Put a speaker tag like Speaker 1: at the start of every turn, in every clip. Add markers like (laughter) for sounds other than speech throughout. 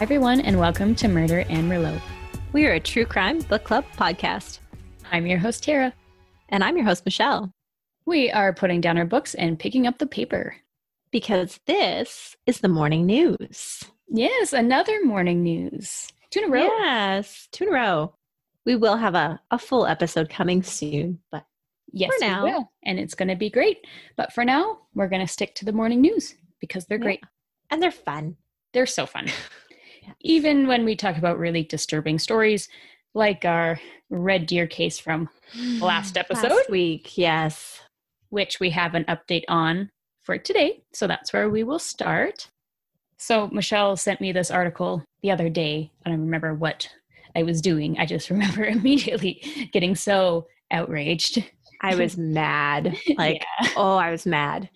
Speaker 1: everyone, and welcome to Murder and Merlot.
Speaker 2: We are a true crime book club podcast,
Speaker 1: I'm your host, Tara.
Speaker 2: and I'm your host, Michelle,
Speaker 1: We are putting down our books and picking up the paper.
Speaker 2: because this is the morning news.
Speaker 1: Yes, another morning news. Two in a row.
Speaker 2: Yes, two in a row. We will have a, a full episode coming soon, but
Speaker 1: Yes,
Speaker 2: For
Speaker 1: we
Speaker 2: now.
Speaker 1: will, and it's going to be great. But for now, we're going to stick to the morning news because they're
Speaker 2: Yeah.
Speaker 1: great.
Speaker 2: and they're fun.
Speaker 1: They're so
Speaker 2: (laughs)
Speaker 1: fun.
Speaker 2: Yeah.
Speaker 1: Even when we talk about really disturbing stories, like our Red Deer case from Last episode?
Speaker 2: (gasps) Last week, yes.
Speaker 1: which we have an update on for today. So that's where we will start. So Michelle sent me this article the other day. I don't remember what I was doing. I just (laughs) remember immediately getting so outraged.
Speaker 2: I was (laughs) mad. Like, oh, I was mad.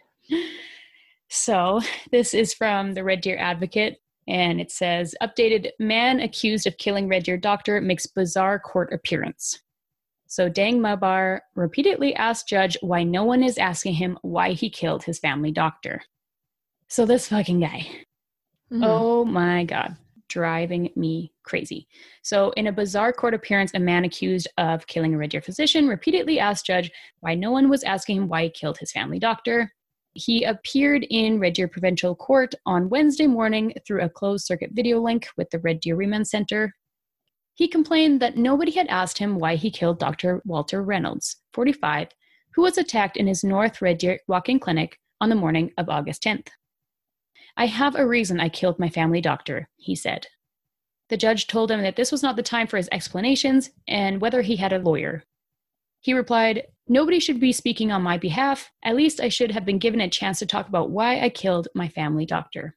Speaker 1: So (laughs) this is from the Red Deer Advocate. And it says, updated man accused of killing Red Deer doctor makes bizarre court appearance. So Dang Mabar repeatedly asked judge why no one is asking him why he killed his family doctor. So this fucking guy.
Speaker 2: Oh,
Speaker 1: Oh my God. Driving me crazy. So, in a bizarre court appearance, a man accused of killing a Red Deer physician repeatedly asked Judge why no one was asking him why he killed his family doctor. He appeared in Red Deer Provincial Court on Wednesday morning through a closed circuit video link with the Red Deer Remand Center. He complained that nobody had asked him why he killed Dr. Walter Reynolds, 45, who was attacked in his North Red Deer walk in clinic on the morning of August 10th. I have a reason I killed my family doctor, he said. The judge told him that this was not the time for his explanations and whether he had a lawyer. He replied, Nobody should be speaking on my behalf. At least I should have been given a chance to talk about why I killed my family doctor.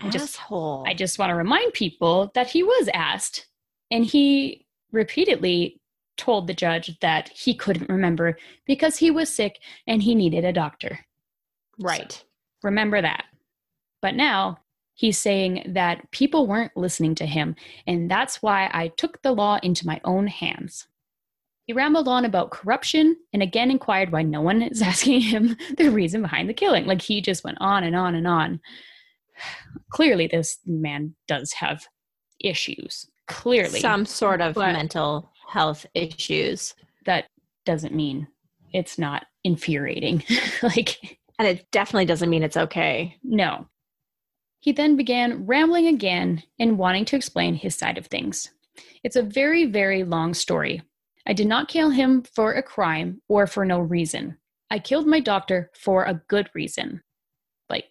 Speaker 1: I just-
Speaker 2: asshole.
Speaker 1: I just want to remind people that he was asked, and he repeatedly told the judge that he couldn't remember because he was sick and he needed a doctor.
Speaker 2: right.
Speaker 1: Remember that. But now he's saying that people weren't listening to him, and that's why I took the law into my own hands. He rambled on about corruption and again inquired why no one is (laughs) asking him the reason behind the killing. Like he just went on and on and on. Clearly, this man does have issues. Clearly,
Speaker 2: Some sort of
Speaker 1: But-
Speaker 2: mental health issues.
Speaker 1: that doesn't mean it's not infuriating. (laughs) like,
Speaker 2: And it definitely doesn't mean it's okay.
Speaker 1: No. He then began rambling again and wanting to explain his side of things. It's a very, very long story. I did not kill him for a crime or for no reason. I killed my doctor for a good reason. Like,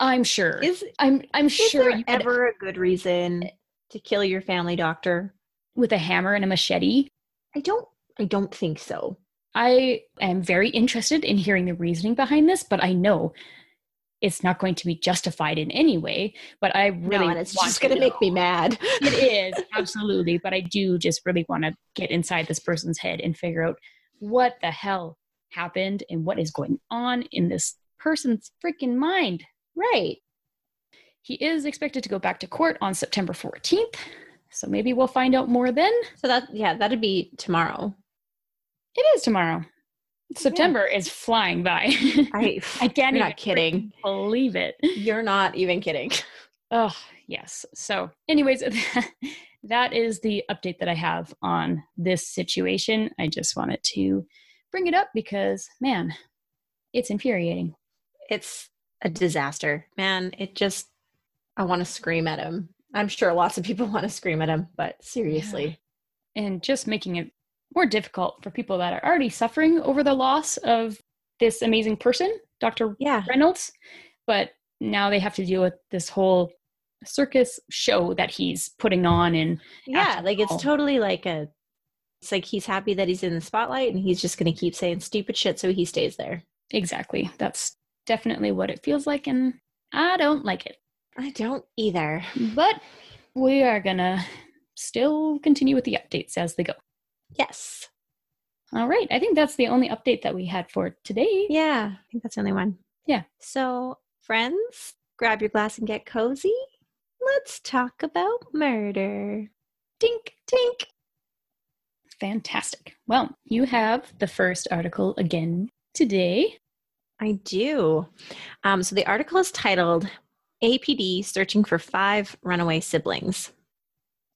Speaker 1: I'm sure.
Speaker 2: Is
Speaker 1: I'm I'm
Speaker 2: Is
Speaker 1: sure
Speaker 2: there
Speaker 1: you could,
Speaker 2: ever a good reason to kill your family doctor?
Speaker 1: with a hammer and a machete.
Speaker 2: I don't. I don't think so.
Speaker 1: I am very interested in hearing the reasoning behind this, but I know it's not going to be justified in any way. But I really
Speaker 2: no, and it's
Speaker 1: want
Speaker 2: just going to
Speaker 1: know.
Speaker 2: make me (laughs) mad.
Speaker 1: it is absolutely but i do just really want to get inside this person's head and figure out what the hell happened and what is going on in this person's freaking mind
Speaker 2: right.
Speaker 1: he is expected to go back to court on september 14th so maybe we'll find out more then
Speaker 2: So that yeah, that'd be tomorrow.
Speaker 1: it is tomorrow september is flying by (laughs)
Speaker 2: (laughs) I
Speaker 1: i can't
Speaker 2: You're
Speaker 1: even
Speaker 2: not kidding.
Speaker 1: freaking believe it
Speaker 2: You're not even kidding.
Speaker 1: Oh, yes. So, anyways, (laughs) that is the update that I have on this situation. I just wanted to bring it up because, man, it's infuriating.
Speaker 2: It's a disaster, man. It just. I want to scream at him. I'm sure lots of people (laughs) want to scream at him, but seriously,
Speaker 1: And just making it more difficult for people that are already suffering over the loss of this amazing person, Dr.
Speaker 2: yeah.
Speaker 1: Reynolds. But now they have to deal with this whole circus show that he's putting on and
Speaker 2: Yeah, like it's
Speaker 1: all.
Speaker 2: totally like a it's like he's happy that he's in the spotlight and he's just going to keep saying stupid shit so he stays there.
Speaker 1: exactly. That's definitely what it feels like and I don't like it.
Speaker 2: I don't either.
Speaker 1: But we are gonna still continue with the updates as they go.
Speaker 2: Yes.
Speaker 1: All right, I think that's the only update that we had for today.
Speaker 2: Yeah, I think that's the only one.
Speaker 1: Yeah.
Speaker 2: So, friends, grab your glass and get cozy. Let's talk about murder.
Speaker 1: Tink, tink. Fantastic. Well, you have the first article again today.
Speaker 2: I do. Um, so, the article is titled APD Searching for Five Runaway Siblings.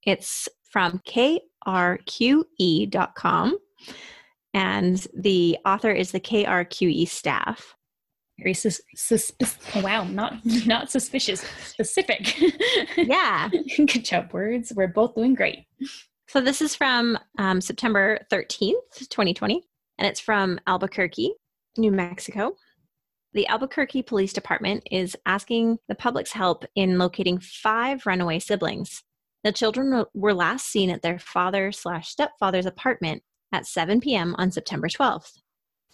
Speaker 2: It's from krqe.com, E and the author is the KRQE E (laughs) staff.
Speaker 1: Very sus- suspicious. Wow, not not suspicious, specific.
Speaker 2: Yeah.
Speaker 1: (laughs) Good job, words. We're both doing great.
Speaker 2: so this is from um, September 13th, 2020, and it's from Albuquerque, New Mexico. The Albuquerque Police Department is asking the public's help in locating five runaway siblings. The children were- were last seen at their father slash stepfather's apartment at 7 p.m. on September 12th.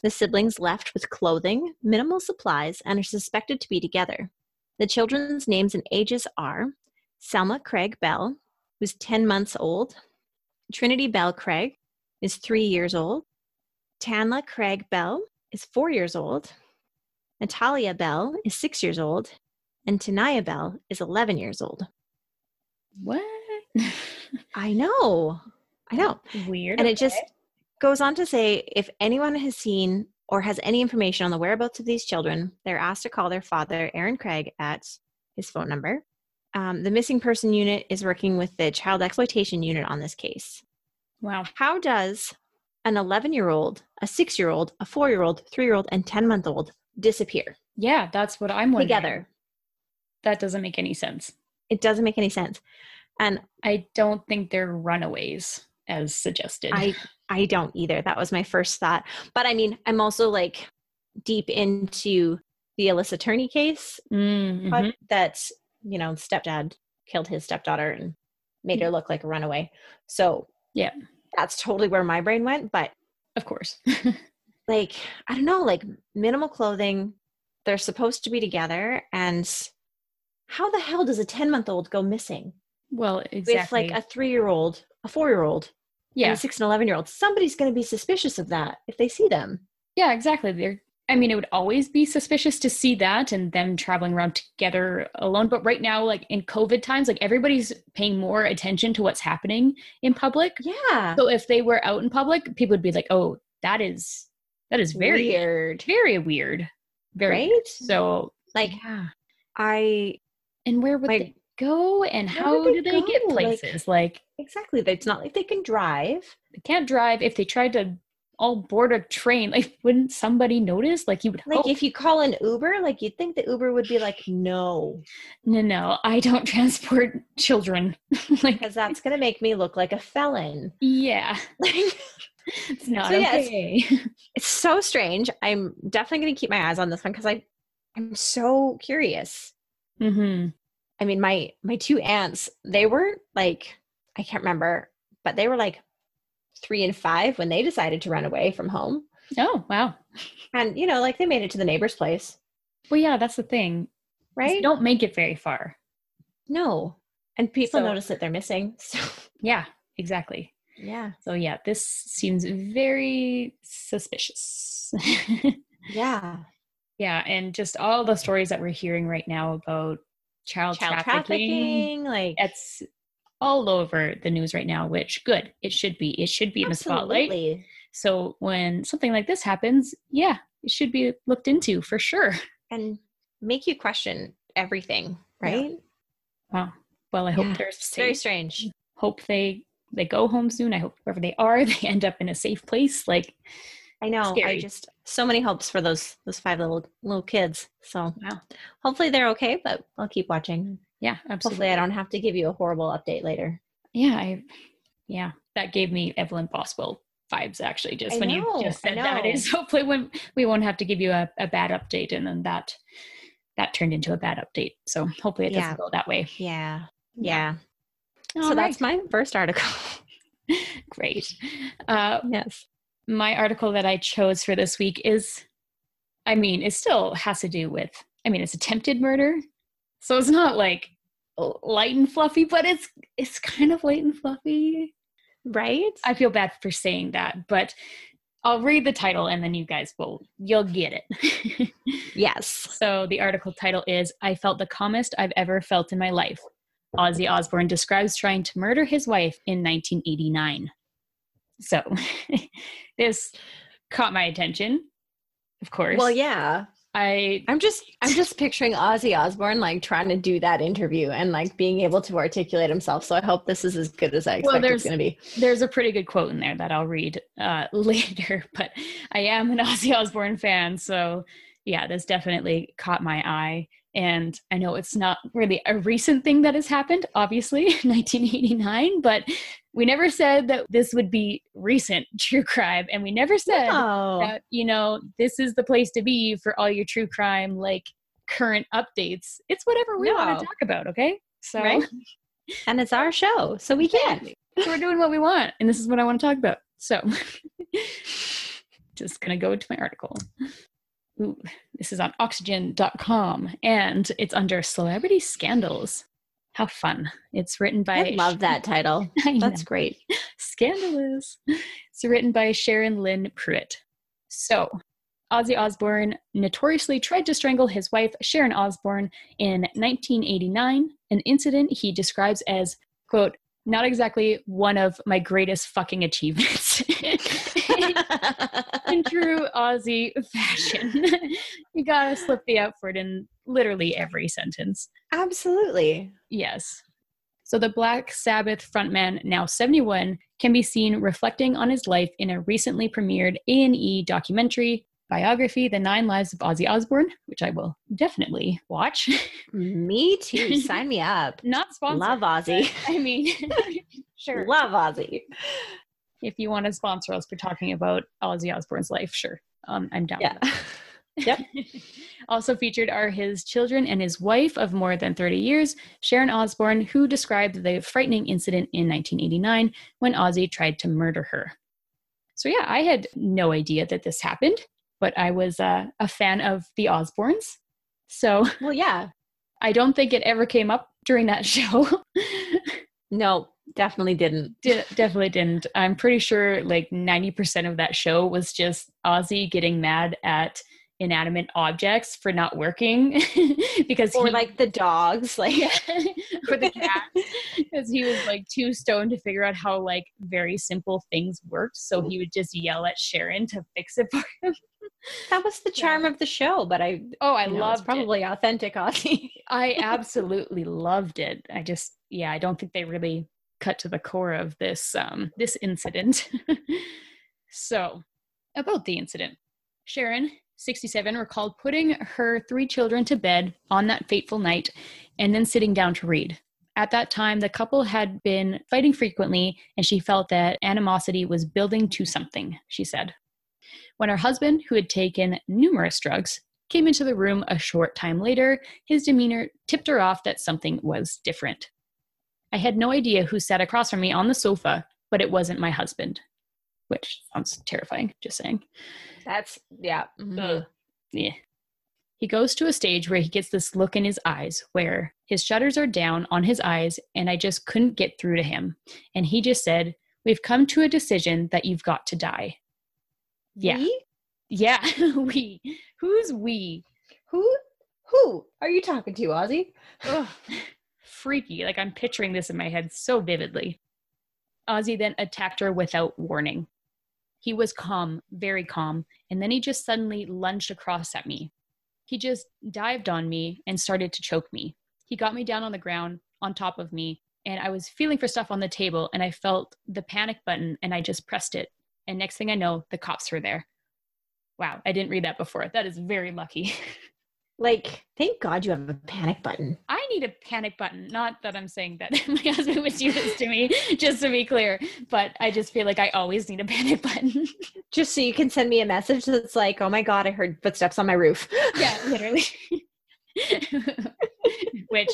Speaker 2: The siblings left with clothing, minimal supplies, and are suspected to be together. The children's names and ages are Selma Craig Bell, who's 10 months old, Trinity Bell Craig is three years old, Tanla Craig Bell is four years old, Natalia Bell is six years old, and Tanaya Bell is 11 years old.
Speaker 1: What? (laughs)
Speaker 2: I know. I know.
Speaker 1: Weird.
Speaker 2: And
Speaker 1: okay.
Speaker 2: it just goes on to say if anyone has seen or has any information on the whereabouts of these children, they're asked to call their father, Aaron Craig, at his phone number. Um, the missing person unit is working with the child exploitation unit on this case.
Speaker 1: wow.
Speaker 2: How does an 11 year old, a six year old, a four year old, three year old, and 10 month old disappear
Speaker 1: Yeah, that's what I'm wondering.
Speaker 2: together?
Speaker 1: That doesn't make any sense.
Speaker 2: It doesn't make any sense. And
Speaker 1: I don't think they're runaways as suggested.
Speaker 2: I I don't either. That was my first thought. But I mean, I'm also like deep into the Alyssa Turney case
Speaker 1: Mm, mhm.
Speaker 2: but that you know stepdad killed his stepdaughter and made her look like a runaway. So
Speaker 1: Yeah.
Speaker 2: that's totally where my brain went. But
Speaker 1: Of course.
Speaker 2: like I don't know, like minimal clothing. They're supposed to be together, and how the hell does a ten month old go missing
Speaker 1: well, exactly.
Speaker 2: with like a three year old, a four year old, yeah.
Speaker 1: yeah.
Speaker 2: a six and eleven year old? Somebody's going to be suspicious of that if they see them.
Speaker 1: Yeah, exactly. They're, I mean, it would always be suspicious to see that and them traveling around together alone. But right now, like in COVID times, like everybody's paying more attention to what's happening in public.
Speaker 2: Yeah.
Speaker 1: So if they were out in public, people would be like, oh, that is, that is very,
Speaker 2: weird,
Speaker 1: very weird. Very.
Speaker 2: right?
Speaker 1: So,
Speaker 2: Like
Speaker 1: yeah.
Speaker 2: I
Speaker 1: And where would
Speaker 2: Like-
Speaker 1: they go and
Speaker 2: Where
Speaker 1: how
Speaker 2: would
Speaker 1: do
Speaker 2: they
Speaker 1: they get
Speaker 2: go? Like-
Speaker 1: places? Like,
Speaker 2: exactly. It's not like they can drive.
Speaker 1: they can't drive. If they tried to all board a train, like, (laughs) wouldn't somebody notice? Like, you would
Speaker 2: Like
Speaker 1: hope.
Speaker 2: if you call an Uber, like you'd think the Uber would be like, no,
Speaker 1: no, no, I don't (laughs) transport children. (laughs) like,
Speaker 2: because that's gonna make me look like a felon. (laughs)
Speaker 1: Yeah,
Speaker 2: Like,
Speaker 1: it's not
Speaker 2: So, yeah, it's-
Speaker 1: okay. (laughs)
Speaker 2: it's so strange. I'm definitely gonna keep my eyes on this one because I, I'm so curious.
Speaker 1: hmm
Speaker 2: I mean, my my two aunts, they were like, I can't remember, but they were like three and five when they decided to run away from home,
Speaker 1: Oh wow.
Speaker 2: and you know, like they made it to the neighbor's place,
Speaker 1: Well, yeah, that's the thing. is
Speaker 2: right?
Speaker 1: Don't make it very far.
Speaker 2: No, and people
Speaker 1: So-
Speaker 2: notice that they're missing. So
Speaker 1: Yeah, exactly.
Speaker 2: yeah,
Speaker 1: So yeah, this seems very suspicious. (laughs)
Speaker 2: yeah,
Speaker 1: yeah, and just all the stories that we're hearing right now about child,
Speaker 2: child
Speaker 1: trafficking.
Speaker 2: trafficking, like
Speaker 1: It's all over the news right now, which good. It should be. It should be in the spotlight.
Speaker 2: Absolutely.
Speaker 1: So when something like this happens, yeah, it should be looked into for sure. (laughs)
Speaker 2: And make you question everything,
Speaker 1: Yeah.
Speaker 2: right?
Speaker 1: Wow. Well, I hope
Speaker 2: Yeah,
Speaker 1: they're
Speaker 2: It's very
Speaker 1: safe.
Speaker 2: strange.
Speaker 1: hope they they go home soon. I hope wherever they are, (laughs) they end up in a safe place. Like,
Speaker 2: I know.
Speaker 1: Scary.
Speaker 2: I just so many hopes for those those five little little kids. So
Speaker 1: Wow.
Speaker 2: hopefully they're okay, but I'll keep watching.
Speaker 1: yeah, absolutely.
Speaker 2: Hopefully I don't have to give you a horrible update later.
Speaker 1: Yeah, I, yeah, that gave me Evelyn Boswell vibes. Actually, just
Speaker 2: I
Speaker 1: when
Speaker 2: know,
Speaker 1: you just
Speaker 2: I
Speaker 1: said that
Speaker 2: know.
Speaker 1: is (laughs) hopefully when we won't have to give you a, a bad update, and then that that turned into a bad update. So hopefully it doesn't
Speaker 2: Yeah.
Speaker 1: go that way.
Speaker 2: Yeah. Yeah. so
Speaker 1: All
Speaker 2: that's my first article. (laughs)
Speaker 1: right. (laughs) great. Uh,
Speaker 2: yes.
Speaker 1: my article that I chose for this week is, I mean, it still has to do with, I mean, it's attempted murder. So it's not like l- light and fluffy, but it's it's kind of light and fluffy.
Speaker 2: Right?
Speaker 1: I feel bad for saying that, but I'll read the title and then you guys will you'll get it. (laughs)
Speaker 2: yes.
Speaker 1: so the article title is I felt the calmest I've ever felt in my life. Ozzy Osbourne describes trying to murder his wife in 1989. So (laughs) this caught my attention, of course.
Speaker 2: Well, yeah.
Speaker 1: I
Speaker 2: I'm just I'm just picturing Ozzy Osbourne like trying to do that interview and like being able to articulate himself. So I hope this is as good as I
Speaker 1: Well,
Speaker 2: expect
Speaker 1: there's-
Speaker 2: it's going to (laughs) be.
Speaker 1: there's a pretty good quote in there that I'll read uh, (laughs) later, but I am an (laughs) Ozzy Osbourne fan, so yeah, this definitely caught my eye. And I know it's not really a recent thing that has happened, obviously, (laughs) 1989, but we never said that this would be recent (laughs) true crime, and we never said
Speaker 2: Oh,
Speaker 1: that, you know, this is the place to be for all your true crime, like current updates. It's whatever we want
Speaker 2: No.
Speaker 1: to talk about, okay? So
Speaker 2: Right. and it's our show, so we can.
Speaker 1: we're doing what we want, and this is what I want to talk about. So, just gonna go to my article. Ooh, this is on oxygen.com and it's under celebrity scandals. How fun. It's written by
Speaker 2: I love that (laughs) title.
Speaker 1: I know.
Speaker 2: That's great.
Speaker 1: Scandalous. It's written by Sharon Lynn Pruitt. So, Ozzy Osbourne notoriously tried to strangle his wife, Sharon Osbourne, in 1989, an incident he describes as, quote, not exactly one of my greatest fucking achievements. (laughs) in true Aussie fashion, (laughs) you gotta slip the F word in literally every sentence.
Speaker 2: Absolutely.
Speaker 1: Yes. So the Black Sabbath frontman, now 71, can be seen reflecting on his life in a recently premiered A&E documentary biography, The Nine Lives of Ozzy Osbourne, which I will definitely watch. (laughs)
Speaker 2: Me (laughs) too. Sign me up.
Speaker 1: Not sponsored.
Speaker 2: Love
Speaker 1: but,
Speaker 2: (laughs) Ozzy.
Speaker 1: (laughs) I mean, sure.
Speaker 2: Love Ozzy.
Speaker 1: If you want to sponsor us for talking about Ozzy Osbourne's life, sure. Um, I'm down.
Speaker 2: Yeah.
Speaker 1: (laughs) also featured are his children and his wife of more than 30 years, Sharon Osbourne, who described the frightening incident in 1989 when Ozzy tried to murder her. So, yeah, I had no idea that this happened, but I was uh, a fan of the Osbournes. So, (laughs)
Speaker 2: Well, yeah.
Speaker 1: I don't think it ever came up during that (laughs) show.
Speaker 2: No, definitely didn't.
Speaker 1: Did, definitely didn't. I'm pretty sure like 90% of that show was just Ozzy getting mad at inanimate objects for not working (laughs) because
Speaker 2: Or
Speaker 1: he,
Speaker 2: like the dogs, (laughs)
Speaker 1: (laughs)
Speaker 2: like
Speaker 1: yeah, for the cat because he was like too stoned to figure out how like very simple things worked so he would just yell at sharon to fix it for (laughs) him
Speaker 2: that was the charm of the show. But I,
Speaker 1: oh i
Speaker 2: you know, it's
Speaker 1: loved it
Speaker 2: probably authentic Ozzy. (laughs)
Speaker 1: i absolutely loved it i just yeah i don't think they really cut to the core of this um this incident (laughs) so about the incident sharon 67 recalled putting her three children to bed on that fateful night and then sitting down to read At that time, the couple had been fighting frequently, and she felt that animosity was building to something, she said. When her husband, who had taken numerous drugs, came into the room a short time later, his demeanor tipped her off that something was different. I had no idea who sat across from me on the sofa, but it wasn't my husband. Which sounds terrifying, just saying.
Speaker 2: That's yeah. mhm.
Speaker 1: Ugh. Yeah. He goes to a stage where he gets this look in his eyes where his shutters are down on his eyes, and I just couldn't get through to him. And he just said, We've come to a decision that you've got to die. Yeah.
Speaker 2: We?
Speaker 1: Yeah, (laughs) we. Who's we?
Speaker 2: Who? Who are you talking to, Ozzy?
Speaker 1: Ugh, freaky. Like I'm picturing this in my head so vividly. Ozzy then attacked her without warning. He was calm, very calm, and then he just suddenly lunged across at me. He just dived on me and started to choke me. He got me down on the ground, on top of me, and I was feeling for stuff on the table, and I felt the panic button, and I just pressed it. And next thing I know, the cops were there. Wow, I didn't read that before. That is very lucky.
Speaker 2: Like, thank God you have a panic button.
Speaker 1: I need a panic button. Not that I'm saying that (laughs) my husband would do this to me, just to be clear, but I just feel like I always need a panic (laughs) button.
Speaker 2: Just so you can send me a message that's like, oh my God, I heard footsteps on my roof.
Speaker 1: yeah, (laughs)
Speaker 2: (laughs)
Speaker 1: literally. Which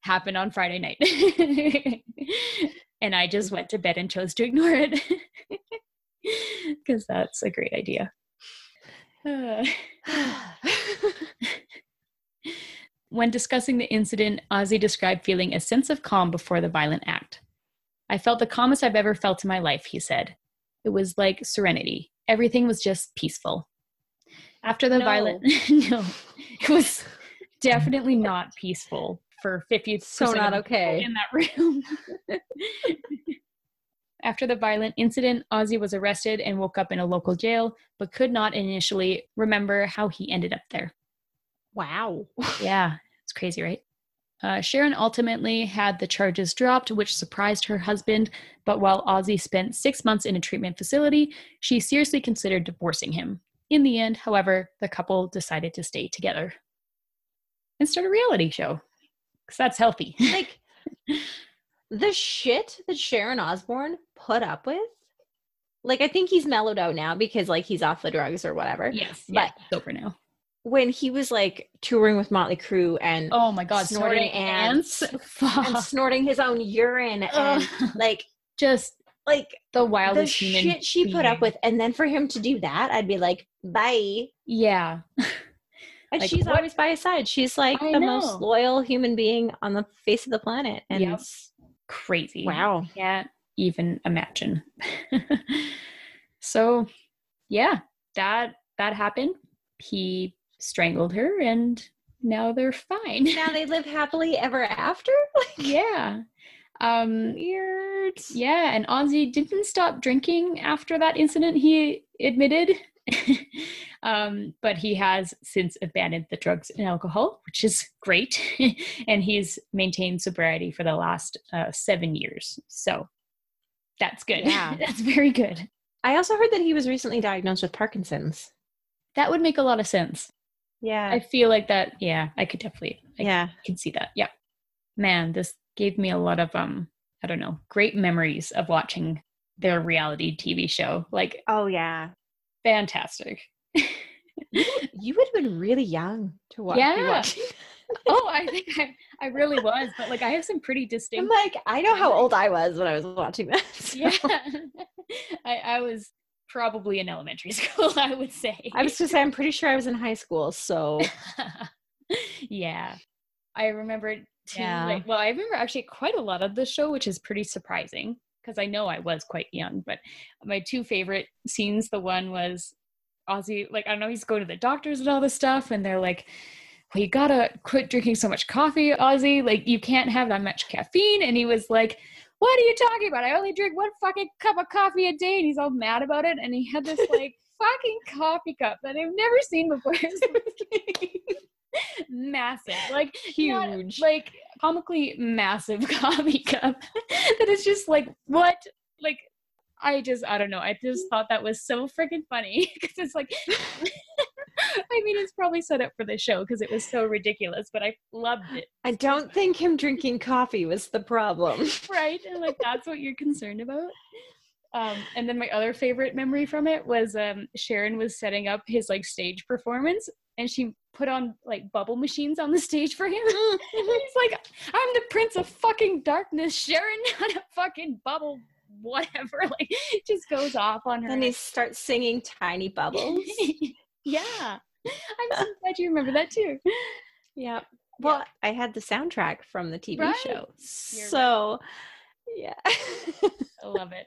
Speaker 1: happened on Friday night. (laughs) and I just went to bed and chose to ignore it (laughs) because that's a great idea. (sighs) (laughs) Uh, (laughs) When discussing the incident, Ozzy described feeling a sense of calm before the violent act. I felt the calmest I've ever felt in my life, he said. It was like serenity. Everything was just peaceful. After the
Speaker 2: No.
Speaker 1: violent, (laughs) no, it was definitely not peaceful for 50
Speaker 2: so not okay.
Speaker 1: in that room. (laughs) After the violent incident, Ozzy was arrested and woke up in a local jail, but could not initially remember how he ended up there.
Speaker 2: Wow.
Speaker 1: Yeah, it's crazy, right? Uh, Sharon ultimately had the charges dropped, which surprised her husband. But while Ozzy spent six months in a treatment facility, she seriously considered divorcing him. In the end, however, the couple decided to stay together and start a reality show because that's healthy.
Speaker 2: like the shit that Sharon Osbourne put up with. Like I think he's mellowed out now because like he's off the drugs or whatever.
Speaker 1: yes,
Speaker 2: yeah,
Speaker 1: but it's over now.
Speaker 2: When he was like touring with Motley Crue and
Speaker 1: Oh my God,
Speaker 2: Snorting
Speaker 1: snorting, ants. (laughs) Fuck.
Speaker 2: and snorting his own urine and
Speaker 1: Ugh.
Speaker 2: like
Speaker 1: just
Speaker 2: like
Speaker 1: the
Speaker 2: the
Speaker 1: wildest human
Speaker 2: shit she put
Speaker 1: being.
Speaker 2: up with and then for him to do that i'd be like bye
Speaker 1: Yeah,
Speaker 2: and
Speaker 1: Like,
Speaker 2: she's
Speaker 1: what-
Speaker 2: always by his side she's like
Speaker 1: I
Speaker 2: the most
Speaker 1: know.
Speaker 2: loyal human being on the face of the planet and
Speaker 1: Yep. crazy.
Speaker 2: wow
Speaker 1: can't even imagine. (laughs) so, yeah, that that happened. He strangled her, and now they're fine. (laughs)
Speaker 2: now they live happily ever after
Speaker 1: yeah, um,
Speaker 2: weird
Speaker 1: yeah. And Ozzy didn't stop drinking after that incident. He admitted. (laughs) um, but he has since abandoned the drugs and alcohol, which is great. (laughs) and he's maintained sobriety for the last uh, seven years. So that's good.
Speaker 2: Yeah.
Speaker 1: (laughs) that's very good.
Speaker 2: i also heard that he was recently diagnosed with parkinson's
Speaker 1: That would make a lot of sense.
Speaker 2: yeah
Speaker 1: I feel like that. Yeah, I could definitely. I
Speaker 2: yeah
Speaker 1: can see that. Yeah, man, this gave me a lot of um. I don't know, great memories of watching their reality TV show. Like
Speaker 2: oh yeah
Speaker 1: fantastic.
Speaker 2: you would have been really young to watch
Speaker 1: Yeah.
Speaker 2: be watching.
Speaker 1: (laughs)
Speaker 2: (laughs)
Speaker 1: oh, I think I, I really was, but like I have some pretty
Speaker 2: i'm
Speaker 1: distinct.
Speaker 2: like i know how old i was when i was watching that so.
Speaker 1: (laughs) yeah, (laughs) I, I was probably in elementary (laughs) school. I would say.
Speaker 2: (laughs) I was just I'm pretty sure I was in high
Speaker 1: (laughs)
Speaker 2: school, so
Speaker 1: yeah. I remember too.
Speaker 2: Yeah.
Speaker 1: Like, well, I remember actually quite a lot of the show, which is pretty surprising because I know I was quite young. But my two favorite scenes the one was Ozzy, like, I don't know, he's going to the doctors and all this stuff, and they're like, well, you gotta quit drinking so much coffee, Ozzy. Like, you can't have that much caffeine. And he was like, What are you talking about? I only drink one fucking cup of coffee a day. And he's all mad about it. And he had this, like, fucking coffee cup that I've never seen before. (laughs) It was, like, massive. Like, not-
Speaker 2: huge.
Speaker 1: like, comically massive (laughs) coffee cup that is just like, what? Like, I just, I don't know. I just thought that was so freaking funny (laughs) because it's like, I mean, it's probably set up for the show because it was so ridiculous, but I loved it,
Speaker 2: I don't think him drinking coffee was the problem. (laughs)
Speaker 1: right? And like, that's what you're concerned about. Um, and then my other favorite memory from it was um, Sharon was setting up his like stage performance, and she put on like bubble machines on the stage for
Speaker 2: (laughs)
Speaker 1: him. And he's like, I'm the prince of fucking darkness, Sharon, (laughs) not a fucking bubble, whatever. (laughs) Like, it just goes off on her.
Speaker 2: Then he starts singing Tiny Bubbles.
Speaker 1: (laughs) yeah. I'm so glad you remember that too.
Speaker 2: yeah. Well, I had the soundtrack from the TV
Speaker 1: Right.
Speaker 2: show.
Speaker 1: You're right.
Speaker 2: so, yeah. (laughs)
Speaker 1: I love it.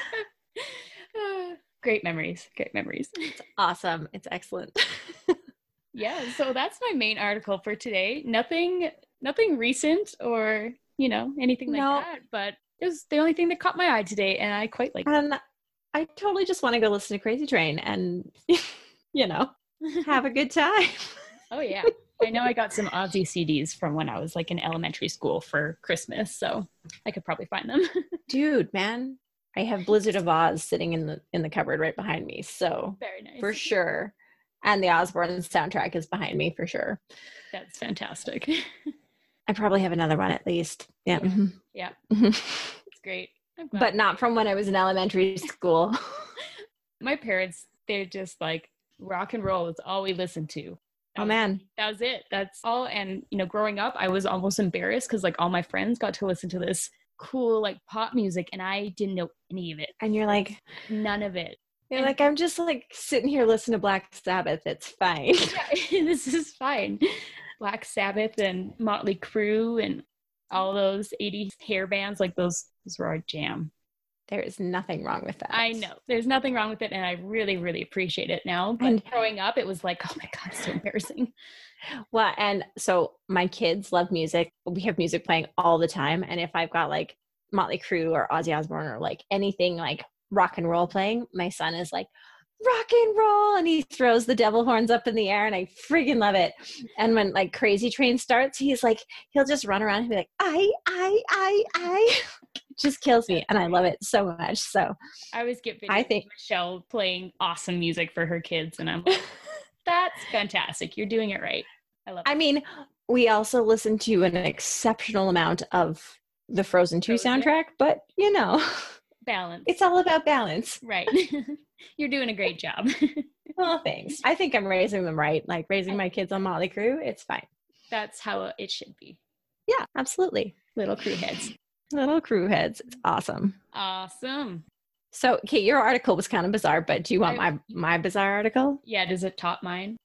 Speaker 1: (laughs) Uh, great memories. Great memories.
Speaker 2: awesome. It's excellent.
Speaker 1: Yeah, so that's my main article for today. Nothing nothing recent or, you know, anything like
Speaker 2: No.
Speaker 1: that, but it was the only thing that caught my eye today and I quite
Speaker 2: (laughs)
Speaker 1: like
Speaker 2: and I totally just want to go listen to Crazy Train and, (laughs) you know, have a good time. (laughs)
Speaker 1: Oh yeah. I know I got some Ozzy CDs from when I was like in elementary school for Christmas, so I could probably find them. (laughs)
Speaker 2: Dude, man, I have Blizzard of Oz sitting in the in the cupboard right behind me. So,
Speaker 1: Very nice.
Speaker 2: for sure. And the Osborne soundtrack is behind me for sure.
Speaker 1: That's fantastic. (laughs)
Speaker 2: I probably have another one at least. Yeah.
Speaker 1: Yeah.
Speaker 2: mhm,
Speaker 1: Yeah.
Speaker 2: mhm.
Speaker 1: It's great. I'm glad.
Speaker 2: (laughs) but not from when I was in (laughs) elementary school.
Speaker 1: my parents, they're just like rock and roll is all we listen to.
Speaker 2: oh man.
Speaker 1: that was it. That's all. And you know, growing up, I was almost embarrassed because like all my friends got to listen to this cool like pop music, and I didn't know any of it,
Speaker 2: And you're like
Speaker 1: none of it. (laughs)
Speaker 2: you're
Speaker 1: And-
Speaker 2: like I'm just like sitting here listening to Black Sabbath. It's fine. (laughs)
Speaker 1: (laughs) this is fine. Black Sabbath and Motley Crue and all those '80s hair bands, like those, those were our jam.
Speaker 2: There is nothing wrong with that.
Speaker 1: I know there's nothing wrong with it, and I really, really appreciate it now. But
Speaker 2: And-
Speaker 1: growing up, it was like, oh my god, it's so embarrassing.
Speaker 2: Well, and so my kids love music. We have music playing all the time. And if I've got like Motley Crue or Ozzy Osbourne or like anything like rock and roll playing, my son is like, rock and roll and he throws the devil horns up in the air and i friggin love it and when like crazy train starts he's like he'll just run around and be like i i i i It (laughs) just kills me and i love it so much so
Speaker 1: I always get videos
Speaker 2: I
Speaker 1: I think
Speaker 2: think-
Speaker 1: Michelle playing awesome music for her kids, and I'm
Speaker 2: (laughs)
Speaker 1: like, that's fantastic. You're doing it right. I love.
Speaker 2: i
Speaker 1: it.
Speaker 2: mean we also listen to an exceptional amount of the frozen 2
Speaker 1: Frozen.
Speaker 2: soundtrack but you know (laughs)
Speaker 1: balance.
Speaker 2: it's all about balance
Speaker 1: right. (laughs) You're doing a great job. (laughs)
Speaker 2: well thanks i think i'm raising them right like raising my kids on motley crew it's fine
Speaker 1: that's how it should be.
Speaker 2: yeah absolutely
Speaker 1: Little crew heads.
Speaker 2: little crew heads it's awesome
Speaker 1: Awesome.
Speaker 2: so kate your article was kind of bizarre but do you want
Speaker 1: I-
Speaker 2: my my bizarre article
Speaker 1: Yeah. Does it top mine?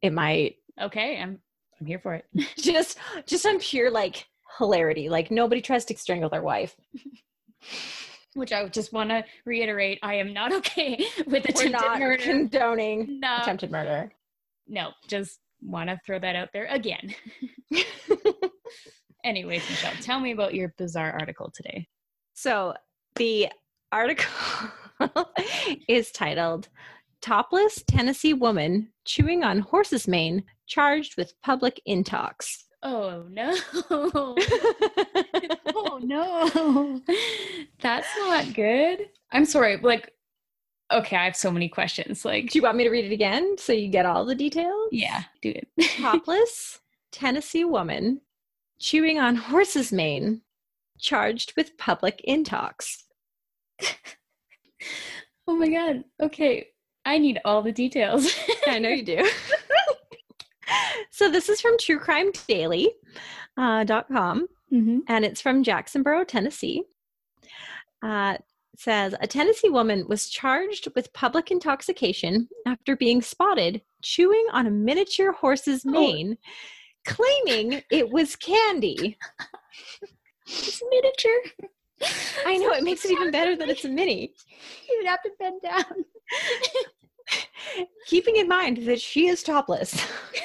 Speaker 2: it might (laughs)
Speaker 1: Okay. I'm. I'm here for it.
Speaker 2: just just on pure like hilarity like nobody tries to strangle their wife
Speaker 1: Which I just want to reiterate. I am not (laughs) okay with
Speaker 2: we're
Speaker 1: attempted
Speaker 2: not
Speaker 1: murder.
Speaker 2: condoning
Speaker 1: no.
Speaker 2: attempted murder
Speaker 1: no. Just want to throw that out there (laughs) again. Anyways, Michelle, tell me about your bizarre article today.
Speaker 2: so the article (laughs) is titled topless tennessee woman chewing on horse's mane charged with public intox (laughs)
Speaker 1: Oh no. (laughs) oh no. That's not good. I'm sorry. Like, okay, I have so many questions. Like,
Speaker 2: do you want me to read it again so you get all the details (laughs)
Speaker 1: yeah, do it.
Speaker 2: topless Tennessee woman chewing on horse's mane, charged with public intox.
Speaker 1: (laughs) oh my God. Okay. I need all the details.
Speaker 2: (laughs)
Speaker 1: (laughs)
Speaker 2: I know you do. (laughs) so this is from uh, TrueCrimeDaily.com,
Speaker 1: mm-hmm.
Speaker 2: and it's from Jacksonboro, Tennessee. Uh, it says a Tennessee woman was charged with public intoxication after being spotted chewing on a miniature horse's mane, claiming it was candy.
Speaker 1: It's miniature.
Speaker 2: I know it makes it even better
Speaker 1: (laughs)
Speaker 2: that it's a mini.
Speaker 1: You would have to bend down.
Speaker 2: keeping in mind that she is topless. (laughs)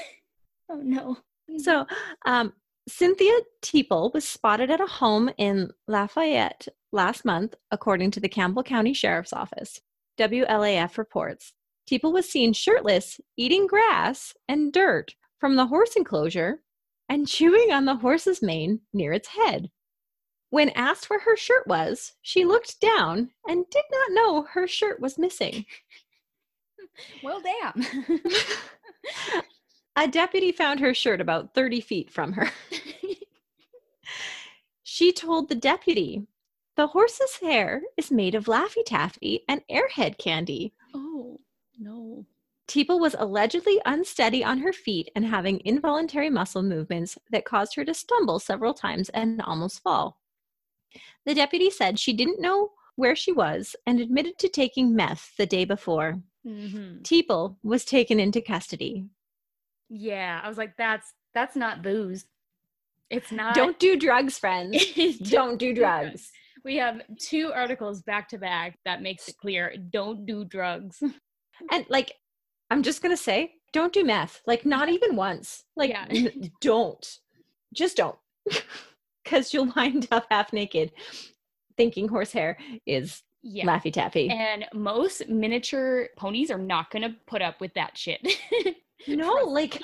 Speaker 1: Oh no.
Speaker 2: so, um, Cynthia Teeple was spotted at a home in Lafayette last month, according to the Campbell County Sheriff's Office. WLAF reports Teeple was seen shirtless, eating grass and dirt from the horse enclosure and chewing on the horse's mane near its head. When asked where her shirt was, she looked down and did not know her shirt was missing.
Speaker 1: Well, damn. (laughs)
Speaker 2: (laughs) a deputy found her shirt about 30 feet from her. She told the deputy, The horse's hair is made of Laffy Taffy and airhead candy.
Speaker 1: oh no.
Speaker 2: Teeple was allegedly unsteady on her feet and having involuntary muscle movements that caused her to stumble several times and almost fall. The deputy said she didn't know where she was and admitted to taking meth the day before.
Speaker 1: Mm-hmm.
Speaker 2: Teeple was taken into custody.
Speaker 1: Yeah, I was like, that's that's not booze. It's not. (laughs)
Speaker 2: Don't (laughs) do drugs, friends.
Speaker 1: It's just-
Speaker 2: Don't do drugs.
Speaker 1: We have two articles back to back that makes it clear: don't do drugs. (laughs)
Speaker 2: And like, I'm just gonna say, don't do meth. Like, not even once. Like,
Speaker 1: Yeah.
Speaker 2: n- don't. Just don't, (laughs) because you'll wind up half naked, thinking horsehair is
Speaker 1: Yeah.
Speaker 2: laffy taffy.
Speaker 1: And most miniature ponies are not going to put up with that shit. (laughs)
Speaker 2: no, like,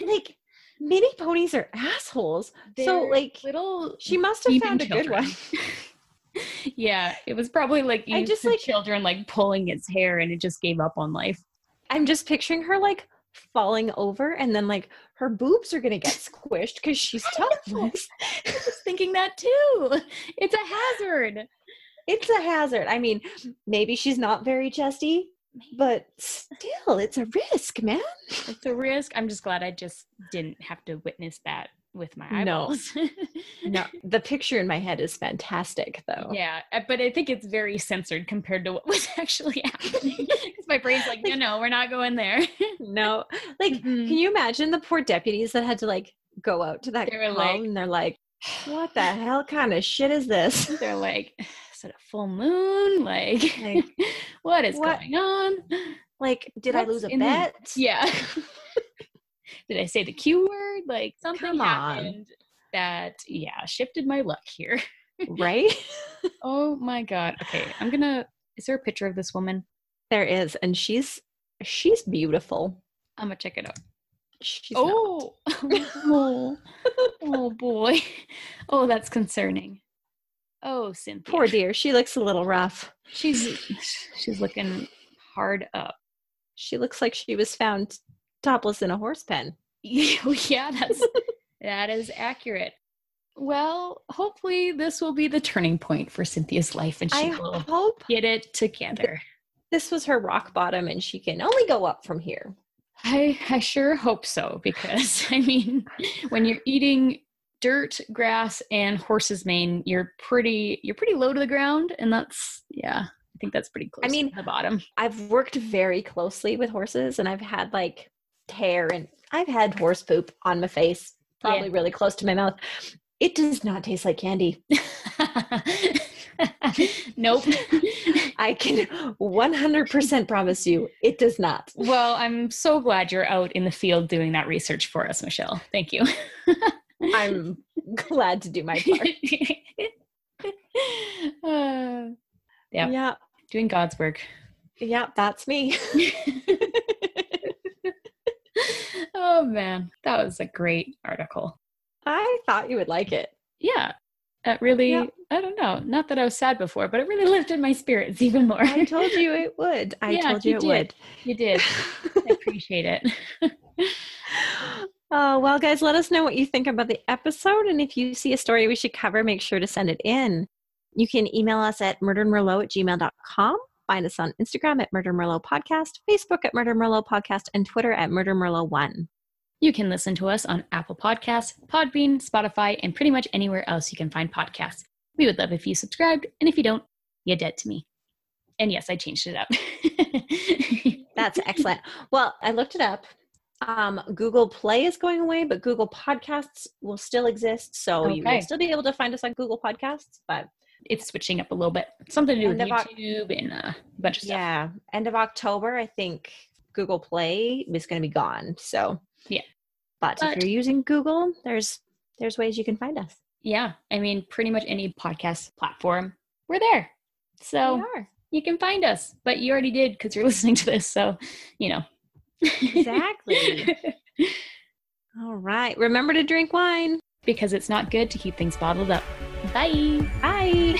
Speaker 2: like mini ponies are assholes. (gasps) so
Speaker 1: They're
Speaker 2: like,
Speaker 1: little.
Speaker 2: she must have
Speaker 1: Mm, even
Speaker 2: found a good
Speaker 1: children.
Speaker 2: one.
Speaker 1: (laughs) Yeah, it was probably like you
Speaker 2: I just,
Speaker 1: just like
Speaker 2: like-
Speaker 1: children like pulling its hair, and it just gave up on life.
Speaker 2: I'm just picturing her like falling over, and then like her boobs are gonna get squished because
Speaker 1: (laughs)
Speaker 2: she's topless.
Speaker 1: Just thinking that too. (laughs) It's a hazard.
Speaker 2: it's a hazard. I mean, maybe she's not very chesty, but still, it's a risk, man.
Speaker 1: It's a risk. I'm just glad I just didn't have to witness that with my
Speaker 2: No.
Speaker 1: eyeballs. (laughs)
Speaker 2: No, the picture in my head is fantastic, though.
Speaker 1: Yeah, uh, but I think it's very censored compared to what was (laughs) actually
Speaker 2: (laughs)
Speaker 1: happening. 'Cause my brain's like, no, no, we're not going there.
Speaker 2: (laughs) No, like,
Speaker 1: Mhm.
Speaker 2: can you imagine the poor deputies that had to like go out to that
Speaker 1: They
Speaker 2: they
Speaker 1: were
Speaker 2: home
Speaker 1: like-
Speaker 2: and they're like, "What the hell kind of shit is this?"
Speaker 1: They're like, is it a full moon? (laughs) Like,
Speaker 2: Like,
Speaker 1: (laughs) what is
Speaker 2: what-
Speaker 1: going on?
Speaker 2: (laughs) Like, did I
Speaker 1: What's
Speaker 2: lose a
Speaker 1: in the-
Speaker 2: bet?
Speaker 1: (laughs)
Speaker 2: (laughs)
Speaker 1: Yeah. Did I say the Q word? Like, something
Speaker 2: Come on.
Speaker 1: happened that, yeah, shifted my luck here. (laughs)
Speaker 2: Right?
Speaker 1: Oh my God. Okay, I'm gonna. Is there a picture of this woman?
Speaker 2: There is, and she's she's beautiful.
Speaker 1: I'm gonna check it out.
Speaker 2: She's not.
Speaker 1: oh. (laughs) oh, oh boy. (laughs) Oh, that's concerning. Oh, Cynthia.
Speaker 2: (laughs) poor dear, she looks a little rough.
Speaker 1: (laughs) She's she's looking hard up. (laughs)
Speaker 2: She looks like she was found topless in a horse pen.
Speaker 1: Oh, yeah, that's that is accurate. Well, hopefully this will be the turning point for Cynthia's life, and she
Speaker 2: I
Speaker 1: will
Speaker 2: hope
Speaker 1: get it together.
Speaker 2: this was her rock bottom, and she can only go up from here.
Speaker 1: (laughs) I, I sure hope so because (laughs) I mean, when you're eating dirt, grass, and horse's mane, you're pretty you're pretty low to the ground, and that's yeah, I think that's pretty close.
Speaker 2: I mean-
Speaker 1: to the bottom.
Speaker 2: I've worked very cosely with horses, and I've had like hair, and I've had horse poop on my face, probably really close to my mouth. It does not taste like candy. (laughs)
Speaker 1: nope.
Speaker 2: I can 100% promise you, it does not.
Speaker 1: well, I'm so glad you're out in the field doing that research for us, Michelle. Thank
Speaker 2: (laughs)
Speaker 1: you.
Speaker 2: I'm glad to do my part.
Speaker 1: Uh, (laughs) Yeah.
Speaker 2: yeah,
Speaker 1: doing God's work. (laughs)
Speaker 2: yeah, that's me. (laughs)
Speaker 1: oh man, that was a great article.
Speaker 2: I thought you would like it.
Speaker 1: Yeah, that really.
Speaker 2: Yeah.
Speaker 1: I don't know. Not that I was sad before, but it really lifted my spirits even more. (laughs)
Speaker 2: I told you it would. I
Speaker 1: Yeah,
Speaker 2: told you,
Speaker 1: you
Speaker 2: it
Speaker 1: did.
Speaker 2: would.
Speaker 1: you did. (laughs) I appreciate it. (laughs)
Speaker 2: Oh, well, guys, let us know what you think about the episode. And if you see a story we should cover, make sure to send it in. You can email us at murdermerlot at gmail.com. Find us on Instagram at Murder Merlot Podcast, Facebook at Murder Merlot Podcast, and Twitter at Murder Merlot One.
Speaker 1: You can listen to us on Apple Podcasts, Podbean, Spotify, and pretty much anywhere else you can find podcasts. We would love if you subscribed, and if you don't, you're dead to me. And yes, I changed it up. (laughs)
Speaker 2: That's excellent. well, I looked it up. Um, Google Play is going away, but Google Podcasts will still exist. So you
Speaker 1: Okay.
Speaker 2: will still be able to find us on Google Podcasts. But
Speaker 1: it's switching up a little bit. Something to do with
Speaker 2: End of Oc-
Speaker 1: YouTube and uh, a bunch of stuff.
Speaker 2: yeah, end of October, I think Google Play is going to be gone. So
Speaker 1: Yeah.
Speaker 2: but,
Speaker 1: But-
Speaker 2: if you're using Google, there's there's ways you can find us.
Speaker 1: Yeah, I mean, pretty much any podcast platform, we're there. So
Speaker 2: we are.
Speaker 1: you can find us, but you already did because you're (laughs) listening to this. So, you know. (laughs)
Speaker 2: exactly. All right, remember to drink wine.
Speaker 1: because it's not good to keep things bottled up. Bye.
Speaker 2: Bye.